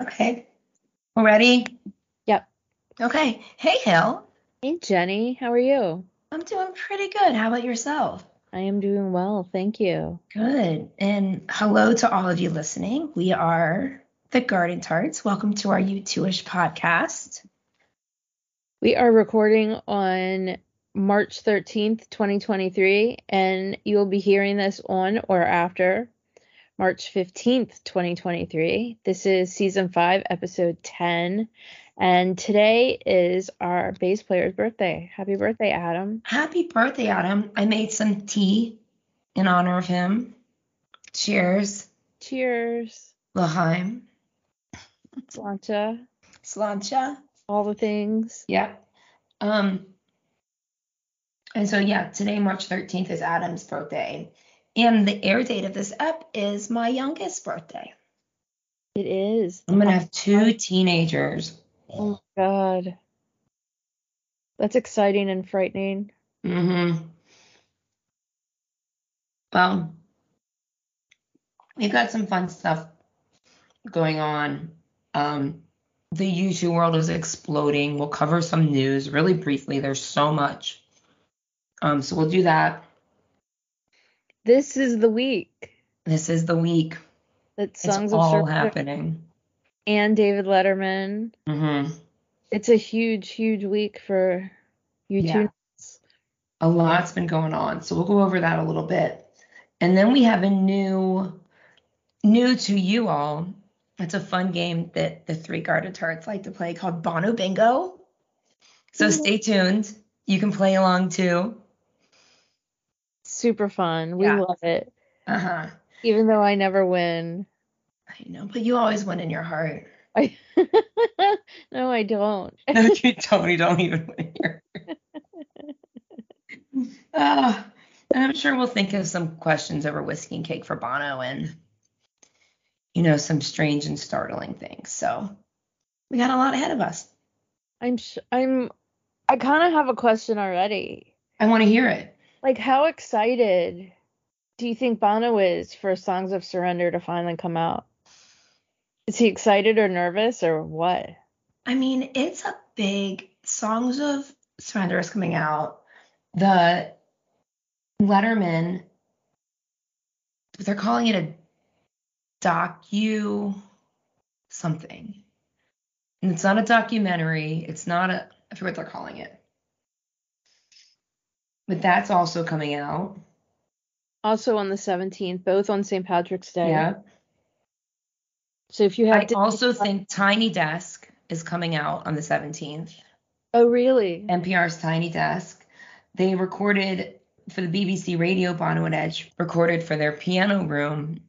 Okay. We're ready? Yep. Okay. Hey, Hill. Hey, Jenny. How are you? I'm doing pretty good. How about yourself? I am doing well. Thank you. Good. And hello to all of you listening. We are the Garden Tarts. Welcome to our You Two-ish podcast. We are recording on March 13th, 2023, and you'll be hearing this on or after March 15th, 2023. This is season 5, episode 10. And today is our bass player's birthday. Happy birthday, Adam. Happy birthday, Adam. I made some tea in honor of him. Cheers. Cheers. Laheim. Slancha. Slancha. All the things. Yep. Um, and so, yeah, today, March 13th, is Adam's birthday. And the air date of this up is my youngest birthday. It is. I'm going to have two teenagers. Oh my god. That's exciting and frightening. hmm Well, we've got some fun stuff going on. Um, the YouTube world is exploding. We'll cover some news really briefly. There's so much. Um, so we'll do that. This is the week This is the week. that It's Songs of all Survivor happening. and David Letterman. hmm It's a huge, huge week for you Yeah. two. a lot's been going on so we'll go over that a little bit and then we have a new new to you all it's a fun game that the three garden tarts like to play called bono bingo so Mhm. stay tuned you can play along too Super fun. We Yeah. love it. uh-huh Even though I never win. i know but you always win in your heart I no, I don't. no you don't you don't even win in your heart oh, and i'm sure we'll think of some questions over whiskey and cake for bono and you know some strange and startling things so we got a lot ahead of us I'm sh- I'm I kind of have a question already. I want to hear it. Like how excited do you think Bono is for Songs of Surrender to finally come out? Is he excited or nervous or what? I mean, it's a big Songs of Surrender is coming out. The Letterman, they're calling it a docu something. And it's not a documentary. It's not a, I forget what they're calling it. But that's also coming out. Also on the 17th, both on St. Patrick's Day. Yeah. So if you have I to also think Tiny Desk is coming out on the 17th. Oh, really? NPR's Tiny Desk. They recorded for the BBC Radio Bono and Edge, recorded for their Piano Room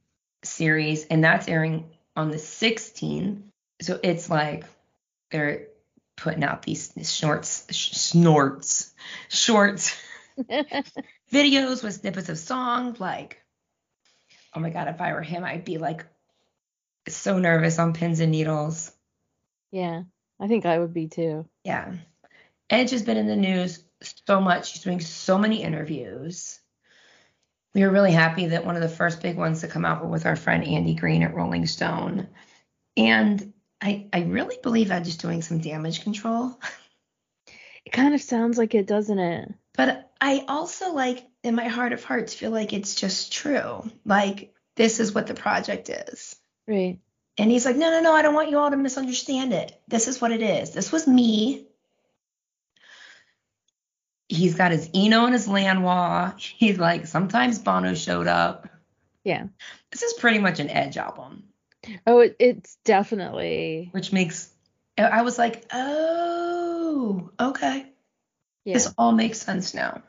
series, and that's airing on the 16th. So it's like they're putting out these shorts, sh- snorts, shorts videos with snippets of song. Like, oh my God, if I were him, I'd be like so nervous on pins and needles. yeah. I think I would be too. Yeah. Edge has been in the news so much. She's doing so many interviews. We were really happy that one of the first big ones to come out were with our friend Andy Green at Rolling Stone. And I, I really believe Edge is doing some damage control. It kind of sounds like it, doesn't it? But I also like in my heart of hearts feel like it's just true. Like this is what the project is. Right. And he's like, no, no, no, I don't want you all to misunderstand it. This is what it is. This was me. He's got his Eno and his Lanwa. He's like, sometimes Bono showed up. Yeah. This is pretty much an Edge album, Oh, it, it's definitely. which makes, I- I was like, oh, okay. Yeah. This all makes sense now.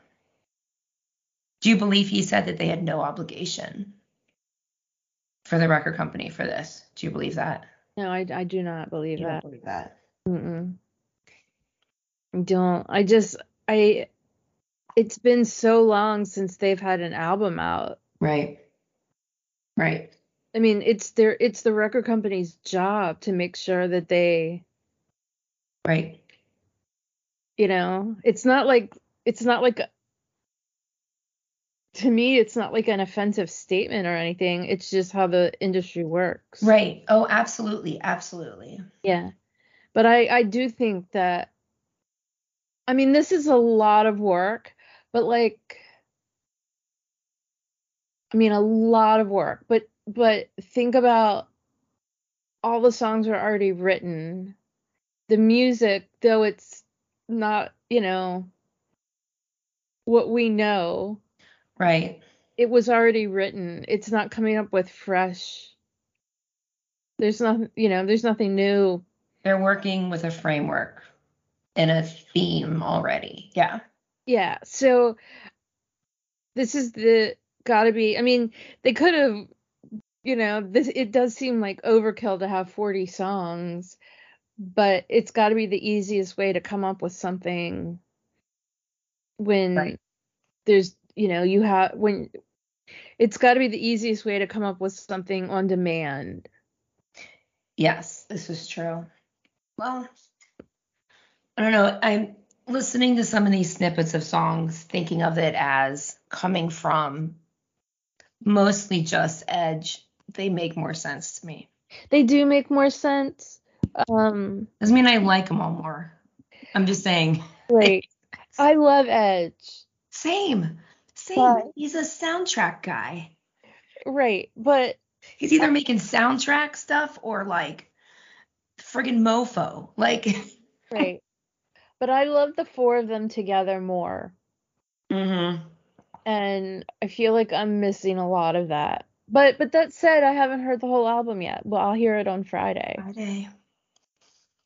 Do you believe he said that they had no obligation for the record company for this? Do you believe that? No, I, I do not believe You don't that. believe that. Mm-mm. I don't. I just. I. It's been so long since they've had an album out. Right. Right. I mean, it's their. It's the record company's job to make sure that they. Right. You know, it's not like. It's not like. to me, it's not like an offensive statement or anything. It's just how the industry works. Right. Oh, absolutely. Absolutely. Yeah. But I, I do think that, I mean, this is a lot of work, but like, I mean, a lot of work, but, but think about all the songs are already written. The music, though it's not, you know, what we know, Right. it was already written. It's not coming up with fresh. There's nothing, you know, there's nothing new. They're working with a framework and a theme already. Yeah. Yeah. So this is the gotta be. I mean, they could have, you know, this. It does seem like overkill to have 40 songs, but it's gotta be the easiest way to come up with something when Right. there's, you know, you have when. It's got to be the easiest way to come up with something on demand. Yes, this is true. Well, I don't know. I'm listening to some of these snippets of songs, thinking of it as coming from mostly just Edge. They make more sense to me. they do make more sense. Um, Doesn't mean I like them all more. I'm just saying. like I love Edge, Same, same. But- He's a soundtrack guy. right? But He's either making soundtrack stuff or like friggin' mofo. Like, right, but I love the four of them together more, mm-hmm. and I feel like I'm missing a lot of that. But but that said, I haven't heard the whole album yet. Well, I'll hear it on Friday, Friday.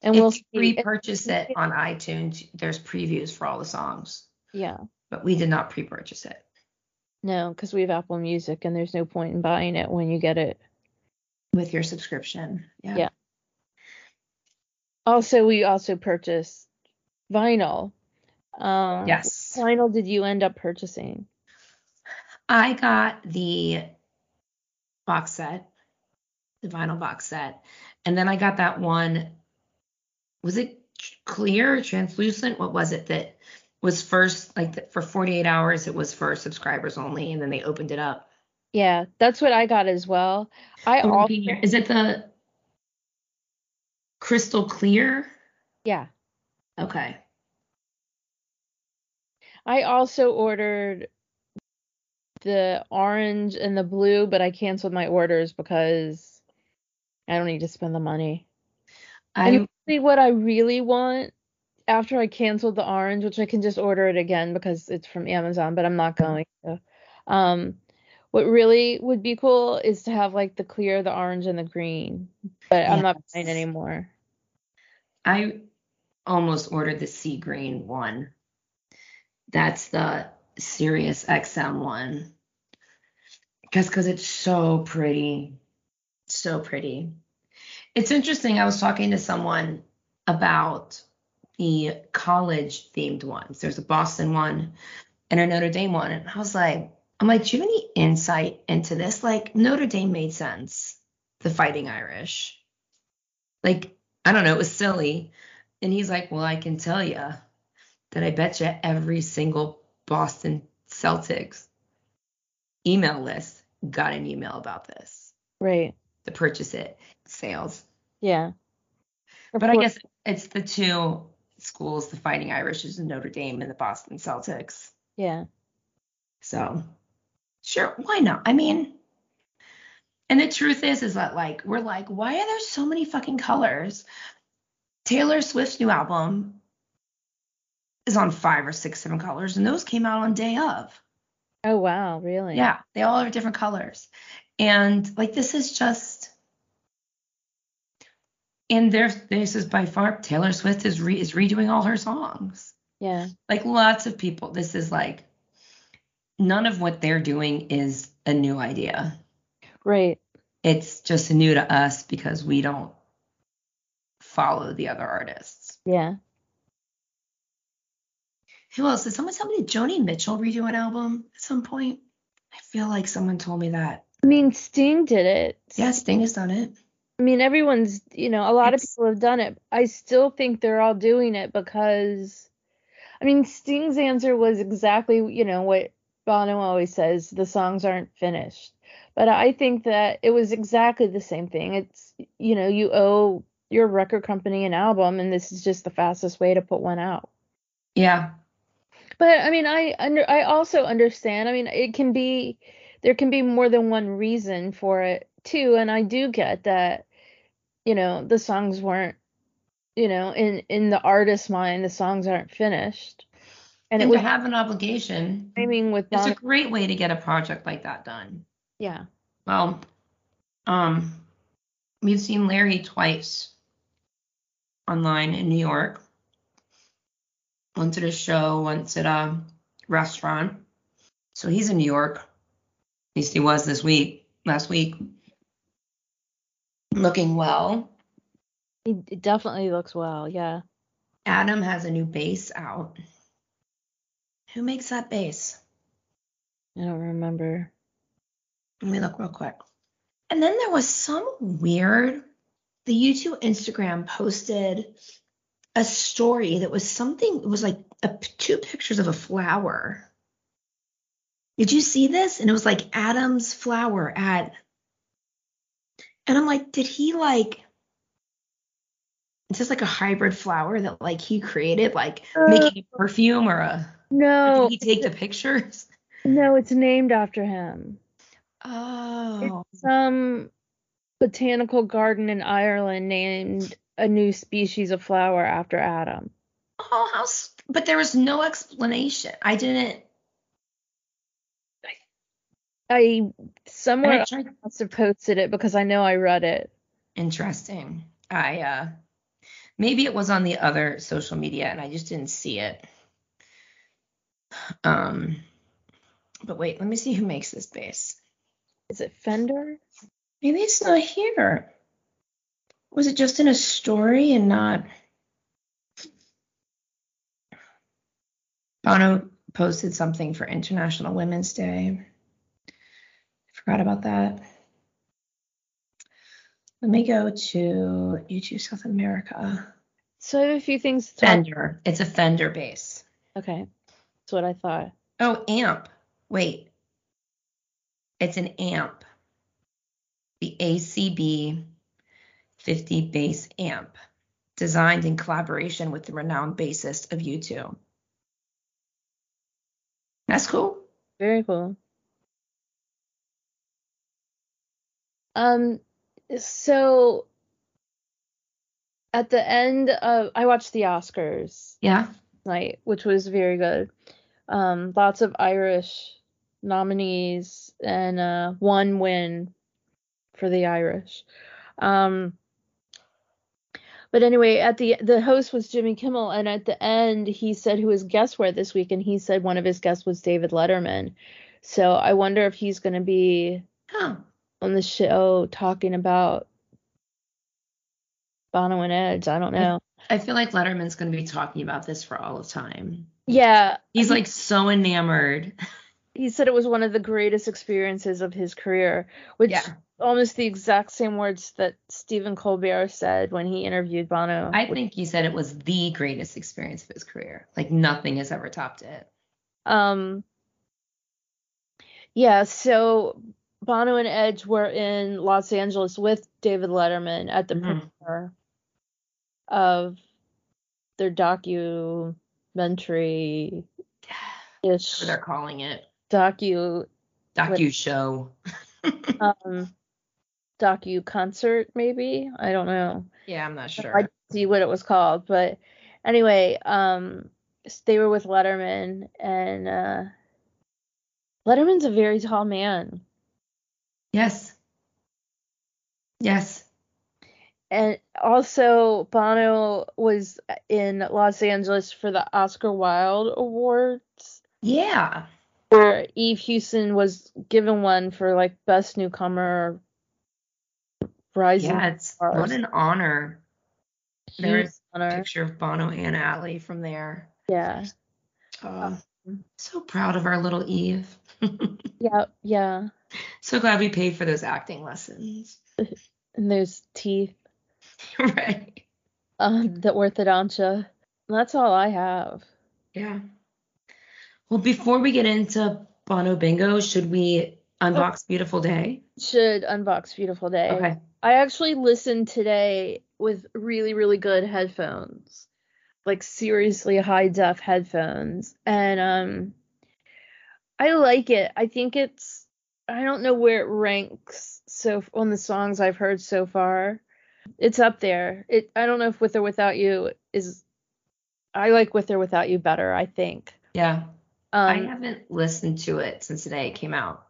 and if we'll you see. pre-purchase it on iTunes, there's previews for all the songs, yeah, but we did not pre-purchase it. no, because we have Apple Music, and there's no point in buying it when you get it. with your subscription. Yeah. Yeah. Also, we also purchased vinyl. Um, Yes. Vinyl? Did you end up purchasing? I got the box set, the vinyl box set, and then I got that one. Was it tr- clear, translucent? What was it that was first? Like the, for 48 hours, it was for subscribers only, and then they opened it up. Yeah, that's what I got as well. I Or also clear- Is it the crystal clear? yeah, Okay. I also ordered the orange and the blue, but I canceled my orders because I don't need to spend the money. I And See what I really want after I canceled the orange, which I can just order it again because it's from Amazon, but I'm not Mm-hmm. going to. Um, what really would be cool is to have like the clear, the orange, and the green, but I'm not buying Yes. anymore. I almost ordered the sea green one. That's the Sirius XM one. Just because it's so pretty. So pretty. It's interesting. I was talking to someone about the college themed ones. There's a Boston one and a Notre Dame one. And I was like, I'm like, do you have any insight into this? Like, Notre Dame made sense. The Fighting Irish. Like, I don't know. It was silly. And he's like, Well, I can tell you that I bet you every single Boston Celtics email list got an email about this Right. to purchase it, sales. Yeah. Of But I course. guess it's the two schools, the Fighting Irish is Notre Dame and the Boston Celtics. Yeah. So sure, why not? I mean, and the truth is, is that like we're like, why are there so many fucking colors? Taylor Swift's new album is on five or six, seven colors, and those came out on day of. Oh wow, really? Yeah, they all are different colors. And like this is just and there this is by far Taylor Swift is re, is redoing all her songs. Yeah. Like lots of people this is like none of what they're doing is a new idea. Right. It's just new to us because we don't follow the other artists. Yeah. Who else? Did someone tell me did Joni Mitchell redo an album at some point? I feel like someone told me that. I mean, Sting did it. Yeah, Sting has done it. I mean, everyone's, you know, a lot It's- of people have done it. I still think they're all doing it because, I mean, Sting's answer was exactly, you know, what Bono always says the songs aren't finished. But I think that it was exactly the same thing. It's, you know, you owe your record company an album, and this is just the fastest way to put one out. Yeah. But I mean, I under I also understand. I mean, it can be there can be more than one reason for it too, and I do get that. You know, the songs weren't, you know, in in the artist's mind, the songs aren't finished, And, and to have an obligation. I mean, with It's a Bono, great way to get a project like that done. yeah, Well, um, we've seen Larry twice online in New York. Once at a show, once at a restaurant. So he's in New York. At least he was this week, last week. Looking well. it, it definitely looks well. Yeah, Adam has a new bass out. Who makes that bass? I don't remember. Let me look real quick. And then there was some weird, the YouTube Instagram posted a story that was something, it was like a, p- two pictures of a flower. Did you see this? And it was like Adam's flower at, and I'm like, did he like, is this like a hybrid flower that like he created, like making a perfume or a, Uh, No, did he take the pictures? no, it's named after him. Oh, some botanical garden in Ireland named a new species of flower after Adam. oh, how? s- But there was no explanation. I didn't. I and I somewhere tried- else have posted it because I know I read it. Interesting. I uh, maybe it was on the other social media and I just didn't see it. Um, but wait, let me see who makes this base. Is it Fender? Maybe it's not here. Was it just in a story and not? Bono posted something for International Women's Day. Forgot about that. Let me go to YouTube South America. So I have a few things to talk. Fender. It's a Fender bass. Okay, that's what I thought. Oh, amp. Wait. It's an amp. The ACB 50 bass amp, designed in collaboration with the renowned bassist of U2. That's cool. Very cool. Um, so at the end of I watched the Oscars Yeah. night, which was very good. Um, lots of Irish nominees and uh, one win for the Irish. Um, but anyway, at the the host was Jimmy Kimmel, and at the end he said who his guests were this week, and he said one of his guests was David Letterman. So I wonder if he's going to be Huh. on the show talking about Bono and Edge. I don't know. I feel like Letterman's going to be talking about this for all of time. Yeah, He's he- like so enamored. he said it was one of the greatest experiences of his career, which Yeah. almost the exact same words that Stephen Colbert said when he interviewed Bono. I think he said it was the greatest experience of his career. Like nothing has ever topped it. um, yeah, so Bono and Edge were in Los Angeles with David Letterman at the Mhm. premiere of their documentary ish They're calling it docu docu show. um docu concert maybe I don't know Yeah, I'm not I sure. didn't see what it was called, but anyway, um, s- they were with Letterman, and uh, Letterman's a very tall man, Yes. Yes. and also Bono was in Los Angeles for the Oscar Wilde Awards, Yeah. where Eve Houston was given one for like best newcomer rising Yeah, it's what an honor. Huge There's a honor. picture of Bono and Alley from there. Yeah. Oh, so proud of our little Eve. Yeah, yeah. so glad we paid for those acting lessons. And there's teeth. right. Um, the orthodontia. That's all I have. Yeah. Well, before we get into Bono Bingo, should we unbox Beautiful Day? Should unbox Beautiful Day. Oh. Okay. I actually listened today with really, really good headphones, like seriously high def headphones, and um, I like it. I think it's I don't know where it ranks so on the songs I've heard so far. It's up there. It I don't know if With or Without You is I like With or Without You better. I think. Yeah. Um, I haven't listened to it since the day it came out.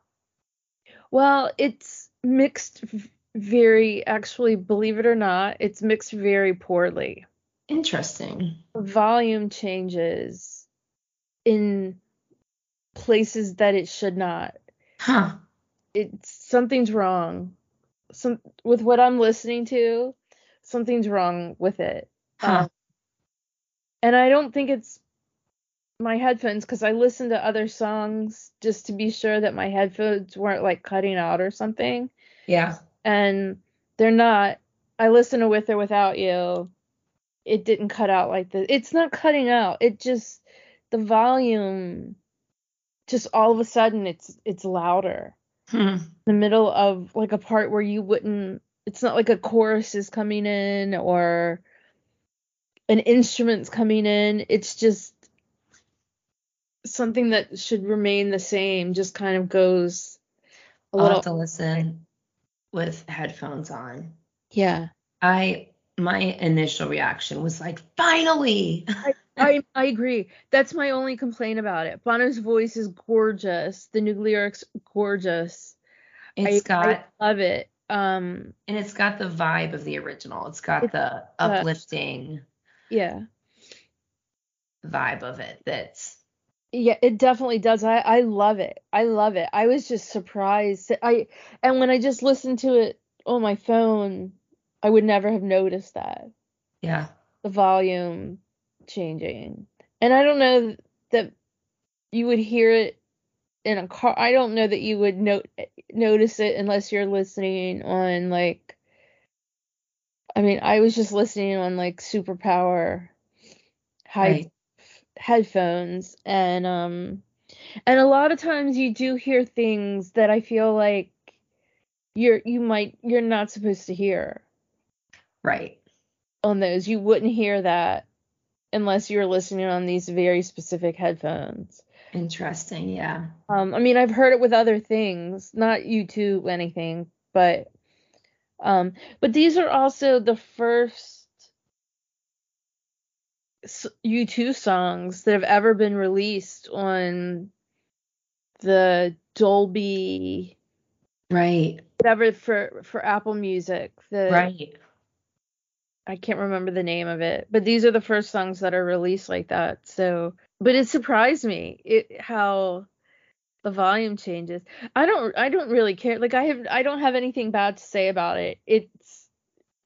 Well, it's mixed v- very, actually, believe it or not, it's mixed very poorly. Interesting. Volume changes in places that it should not. Huh. It's something's wrong. Some with what I'm listening to, something's wrong with it. Huh. Um, and I don't think it's my headphones because I listened to other songs just to be sure that my headphones weren't like cutting out or something. yeah. and they're not. I listen to with or without you. It didn't cut out like this. It's not cutting out. It just the volume just all of a sudden it's it's louder. Hmm. In the middle of like a part where you wouldn't it's not like a chorus is coming in or an instrument's coming in. It's just something that should remain the same just kind of goes a I'll little have to listen with headphones on. yeah. I my initial reaction was like, finally. I I agree. That's my only complaint about it. Bono's voice is gorgeous. The new lyrics gorgeous. It's I, got I love it. Um and it's got the vibe of the original. It's got It's the uplifting yeah. vibe of it. That's Yeah, it definitely does. I I love it. I love it. I was just surprised. that I and when I just listened to it on my phone, I would never have noticed that. yeah. The volume changing. And I don't know that you would hear it in a car. I don't know that you would note notice it unless you're listening on like. I mean, I was just listening on like superpower high Right. headphones, and um, and a lot of times you do hear things that I feel like you're you might you're not supposed to hear Right. on those. You wouldn't hear that unless you're listening on these very specific headphones. Interesting. Yeah. Um, I mean, I've heard it with other things, not YouTube anything, but um, but these are also the first s- U2 songs that have ever been released on the Dolby Right. whatever for for Apple Music. The Right. I can't remember the name of it, but these are the first songs that are released like that. So, but it surprised me it how the volume changes. I don't I don't really care. Like I have I don't have anything bad to say about it. It's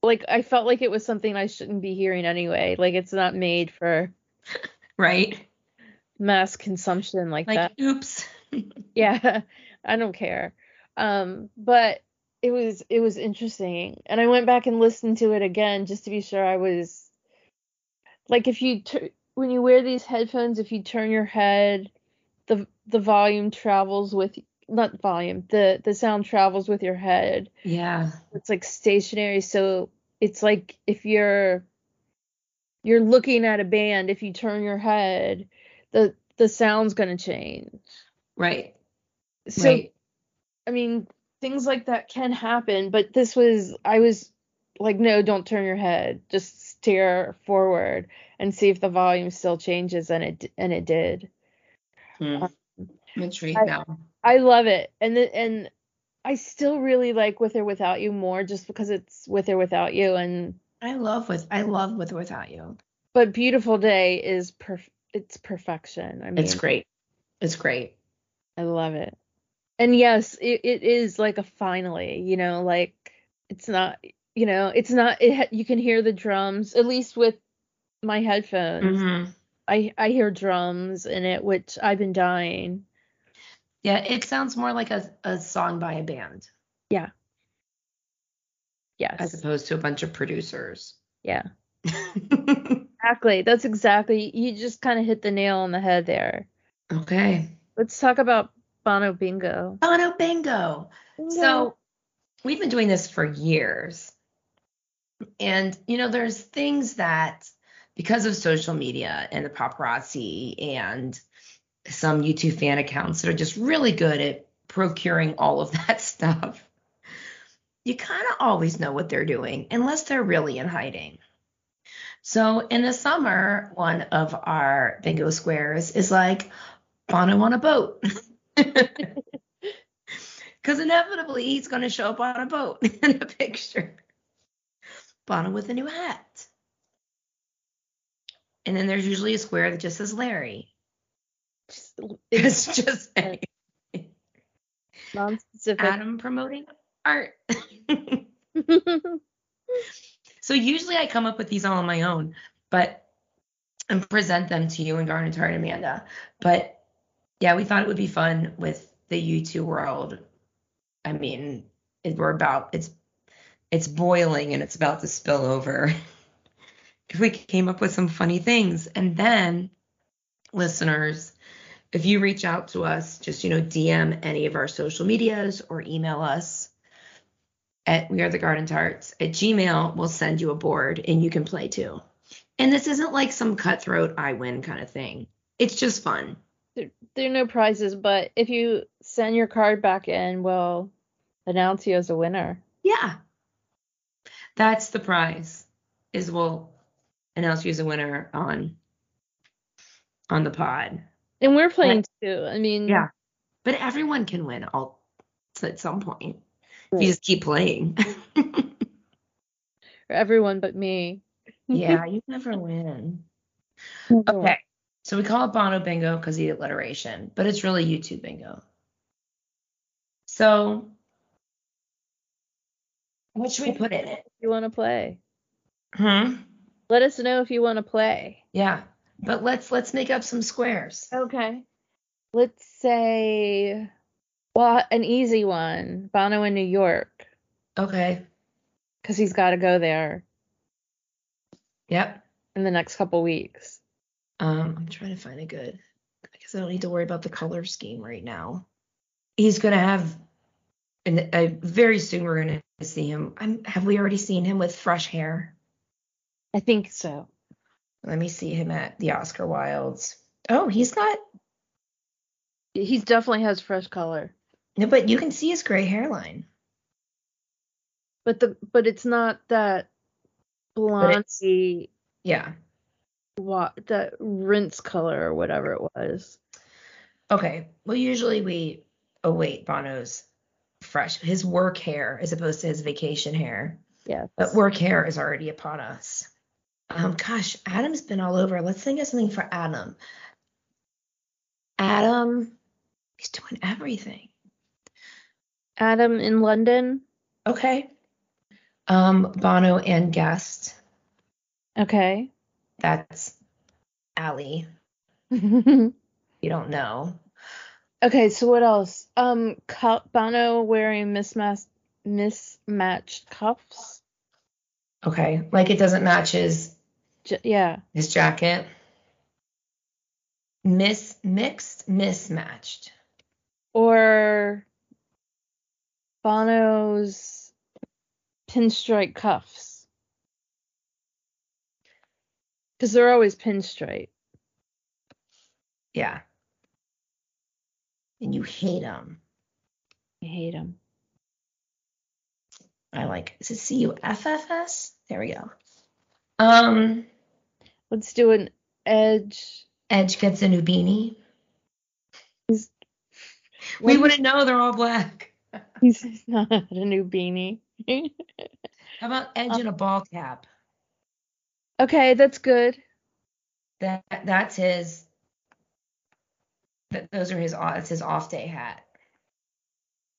like I felt like it was something I shouldn't be hearing anyway. Like it's not made for Right. mass consumption like, Like that. oops. Yeah. I don't care. Um but it was it was interesting. And I went back and listened to it again just to be sure I was like if you tur when you wear these headphones if you turn your head the the volume travels with not volume the the sound travels with your head Yeah. it's like stationary so it's like if you're you're looking at a band if you turn your head the the sound's going to change Right. so right. i mean things like that can happen but this was i was like no don't turn your head just stare forward and see if the volume still changes and it and it did Hmm. I'm intrigued I- now. I love it. And the, and I still really like With or Without You more just because it's With or Without You and I love with I love with or without you. but Beautiful Day is perf- it's perfection. I mean, It's great. It's great. I love it. And yes, it, it is like a finally, you know, like it's not, you know, it's not it ha- you can hear the drums at least with my headphones. hmm I I hear drums in it which I've been dying. Yeah, it sounds more like a, a song by a band as Yes. opposed to a bunch of producers. Yeah. Exactly. That's exactly. You just kind of hit the nail on the head there. okay. Let's talk about Bono Bingo. Bono Bingo. So we've been doing this for years. And, you know, there's things that because of social media and the paparazzi and some YouTube fan accounts that are just really good at procuring all of that stuff, you kind of always know what they're doing unless they're really in hiding. So in the summer, one of our bingo squares is like Bono on a boat. Because inevitably he's going to show up on a boat in the picture. Bono with a new hat. And then there's usually a square that just says Larry. It's just Right. non-specific. Adam promoting art. so usually I come up with these all on my own, but and present them to you and Garnetar and Amanda. But yeah, we thought it would be fun with the U2 world. I mean, it, we're about it's it's boiling and it's about to spill over. if we came up with some funny things, and then listeners, if you reach out to us, just you know, DM any of our social medias or email us at we are the garden tarts at gmail we'll send you a board and you can play too and this isn't like some cutthroat i win kind of thing it's just fun there, there are no prizes, but if you send your card back in, we'll announce you as a winner. yeah that's the prize is we'll announce you as a winner on on the pod And we're playing too. I mean, Yeah. but everyone can win all at some point if Right. you just keep playing for everyone but me. yeah you never win Okay. So we call it Bono Bingo because the alliteration, but it's really YouTube Bingo. So what should we put in it? If you want to play, Hmm. let us know if you want to play. Yeah. But let's let's make up some squares. Okay. Let's say, well, an easy one Bono in New York, Okay. because he's got to go there Yep. in the next couple weeks. Um, I'm trying to find a good. I guess I don't need to worry about the color scheme right now. He's gonna have, and uh, very soon we're gonna see him. I'm, have we already seen him with fresh hair? I think so. Let me see him at the Oscar Wilds. Oh, he's got He definitely has fresh color, No, but you can see his gray hairline. but the but it's not that it's- blondie, Yeah. wa- that rinse color or whatever it was. Okay. Well, usually we await Bono's fresh, his work hair as opposed to his vacation hair. Yeah. But work hair is already upon us. Um, gosh, Adam's been all over. Let's think of something for Adam. Adam, he's doing everything. Adam in London. Okay. Um, Bono and guest. Okay. That's Allie. You don't know. Okay, so what else? Um, Col- Bono wearing mismatched mismatched cuffs. Okay. Like it doesn't match his J- yeah, his jacket. Mis mixed, mismatched. or Bono's pinstripe cuffs. Because they're always pinstripe. Yeah. And you hate him. I hate them. I like. Is it C U F F S? There we go. Um, Let's do an edge. Edge gets a new beanie. He's- We wouldn't know they're all black. He's not a new beanie. How about Edge in a ball cap? okay, that's good. That that's his. That those are his. off- That's his off day hat.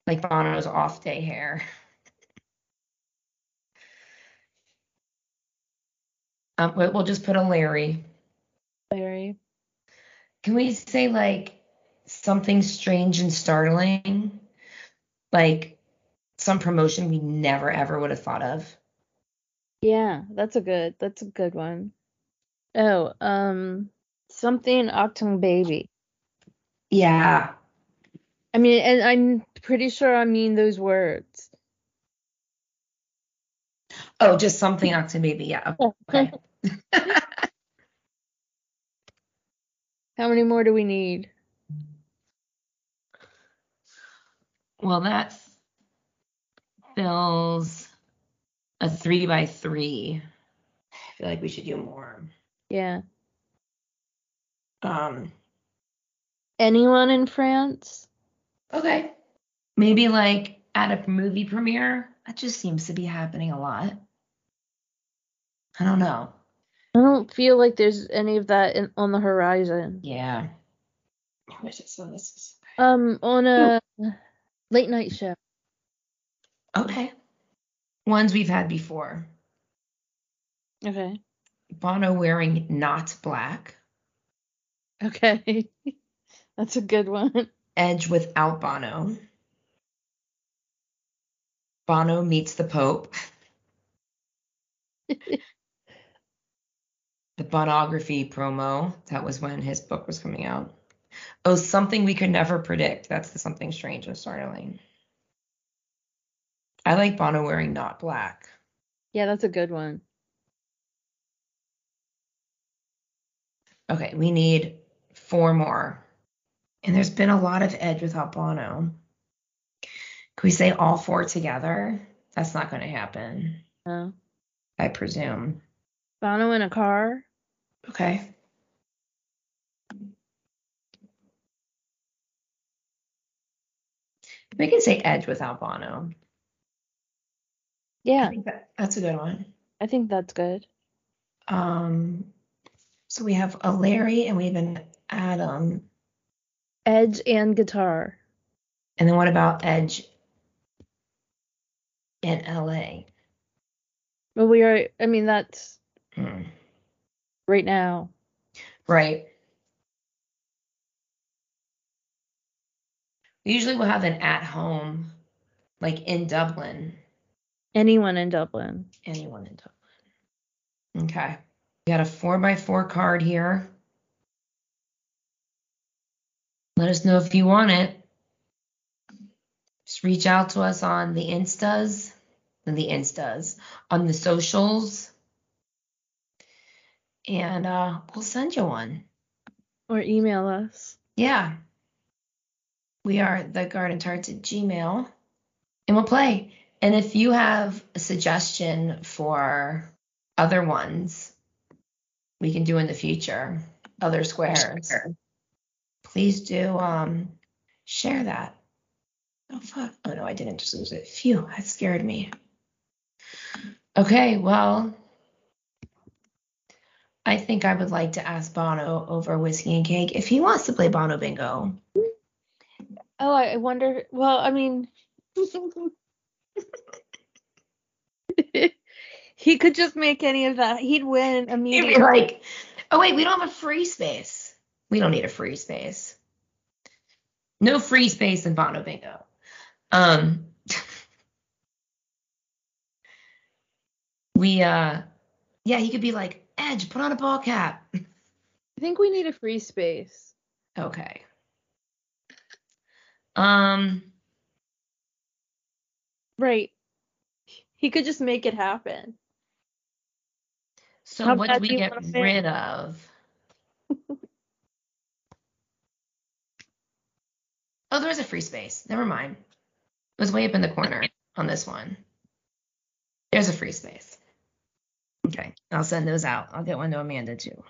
Like Bono's off day hair. Um, we- we'll just put a Larry. Larry. Can we say like something strange and startling? Like some promotion we never ever would have thought of. Yeah, that's a good that's a good one. Oh, um something Octung baby. Yeah. I mean, and I'm pretty sure I mean those words. Oh, just something Octa Baby. Yeah. Okay. How many more do we need? well, that's fills a three by three. I feel like we should do more. Yeah. Um. Anyone in France? Okay. Maybe like at a movie premiere. That just seems to be happening a lot. I don't know. I don't feel like there's any of that in, on the horizon. Yeah. I wish I saw this. Um, on a late night show. Okay. Ones we've had before. Okay. Bono wearing not black. Okay. That's a good one. Edge without Bono. Bono meets the Pope. the Bonography promo. That was when his book was coming out. Oh, something we could never predict. That's the something strange and startling. I like Bono wearing not black. Yeah, that's a good one. Okay, we need four more. And there's been a lot of Edge without Bono. Can we say all four together? That's not going to happen, Oh. I presume. Bono in a car. Okay. We can say Edge without Bono. I Yeah, think that, that's a good one. I think that's good. Um, so we have a Larry and we have an Adam. Edge and guitar. And then what about Edge in LA? But we are. I mean, that's Hmm. right now. Right. We Usually we'll have an at home, like in Dublin. Anyone in Dublin. Anyone in Dublin. Okay. We got a four by four card here. Let us know if you want it. Just reach out to us on the Instas, and the Instas, on the socials, and uh, we'll send you one. Or email us. Yeah. We are the garden tarts at Gmail. And we'll play. And if you have a suggestion for other ones we can do in the future, other squares, please do um share that. Oh fuck. Oh no, I didn't just lose it. Phew, that scared me. Okay, well, I think I would like to ask Bono over whiskey and cake if he wants to play Bono Bingo. Oh, I I wonder. Well, I mean, he could just make any of that. He'd win You'd immediately. be like, oh wait, we don't have a free space. We don't need a free space. No free space in Bono Bingo. Um, we uh, yeah, he could be like, Edge, put on a ball cap. I think we need a free space. Okay. Um, Right. He could just make it happen. so How what bad do do we you get wanna win? rid of? oh, there is a free space. Never mind. It was way up in the corner on this one. There's a free space. Okay, I'll send those out. I'll get one to Amanda too.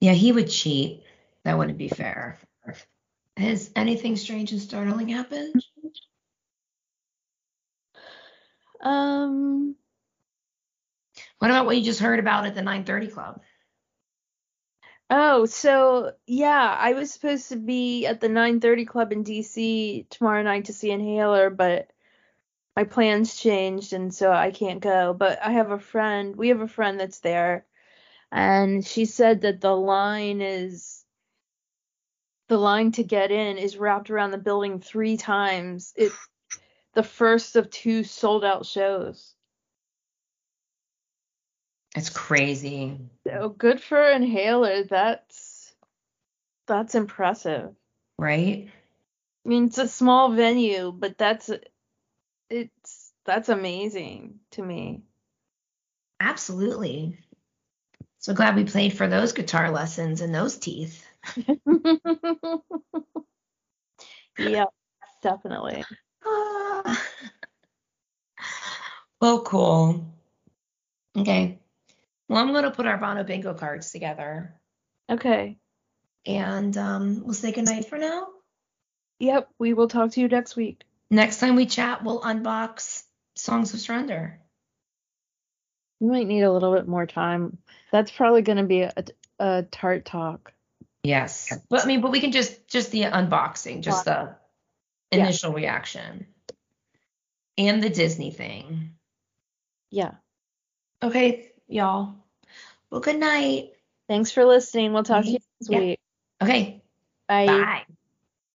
Yeah, he would cheat. That wouldn't be fair. Has anything strange and startling happened? Um. What about what you just heard about at the 9:30 club? Oh, so yeah, I was supposed to be at the 9:30 club in DC tomorrow night to see Inhaler, but my plans changed and so I can't go. But I have a friend, we have a friend that's there, and she said that the line is the line to get in is wrapped around the building three times. It the first of two sold out shows. It's crazy. So good for Inhaler. That's that's impressive. right? I mean, it's a small venue, but that's it's that's amazing to me. Absolutely. So glad we played for those guitar lessons and those teeth. yeah, definitely. Ah. well, cool. Okay. Well, I'm going to put our Bono bingo cards together Okay. and um, we'll say goodnight for now. Yep, we will talk to you next week. Next time we chat, we'll unbox Songs of Surrender. You might need a little bit more time. That's probably going to be a, a tart talk. Yes. But I mean, but we can just just the unboxing, just the Yeah. initial reaction. And the Disney thing. Yeah. Okay, y'all. Well, good night. Thanks for listening. We'll talk to you next Yeah. week. Okay. Bye. Bye.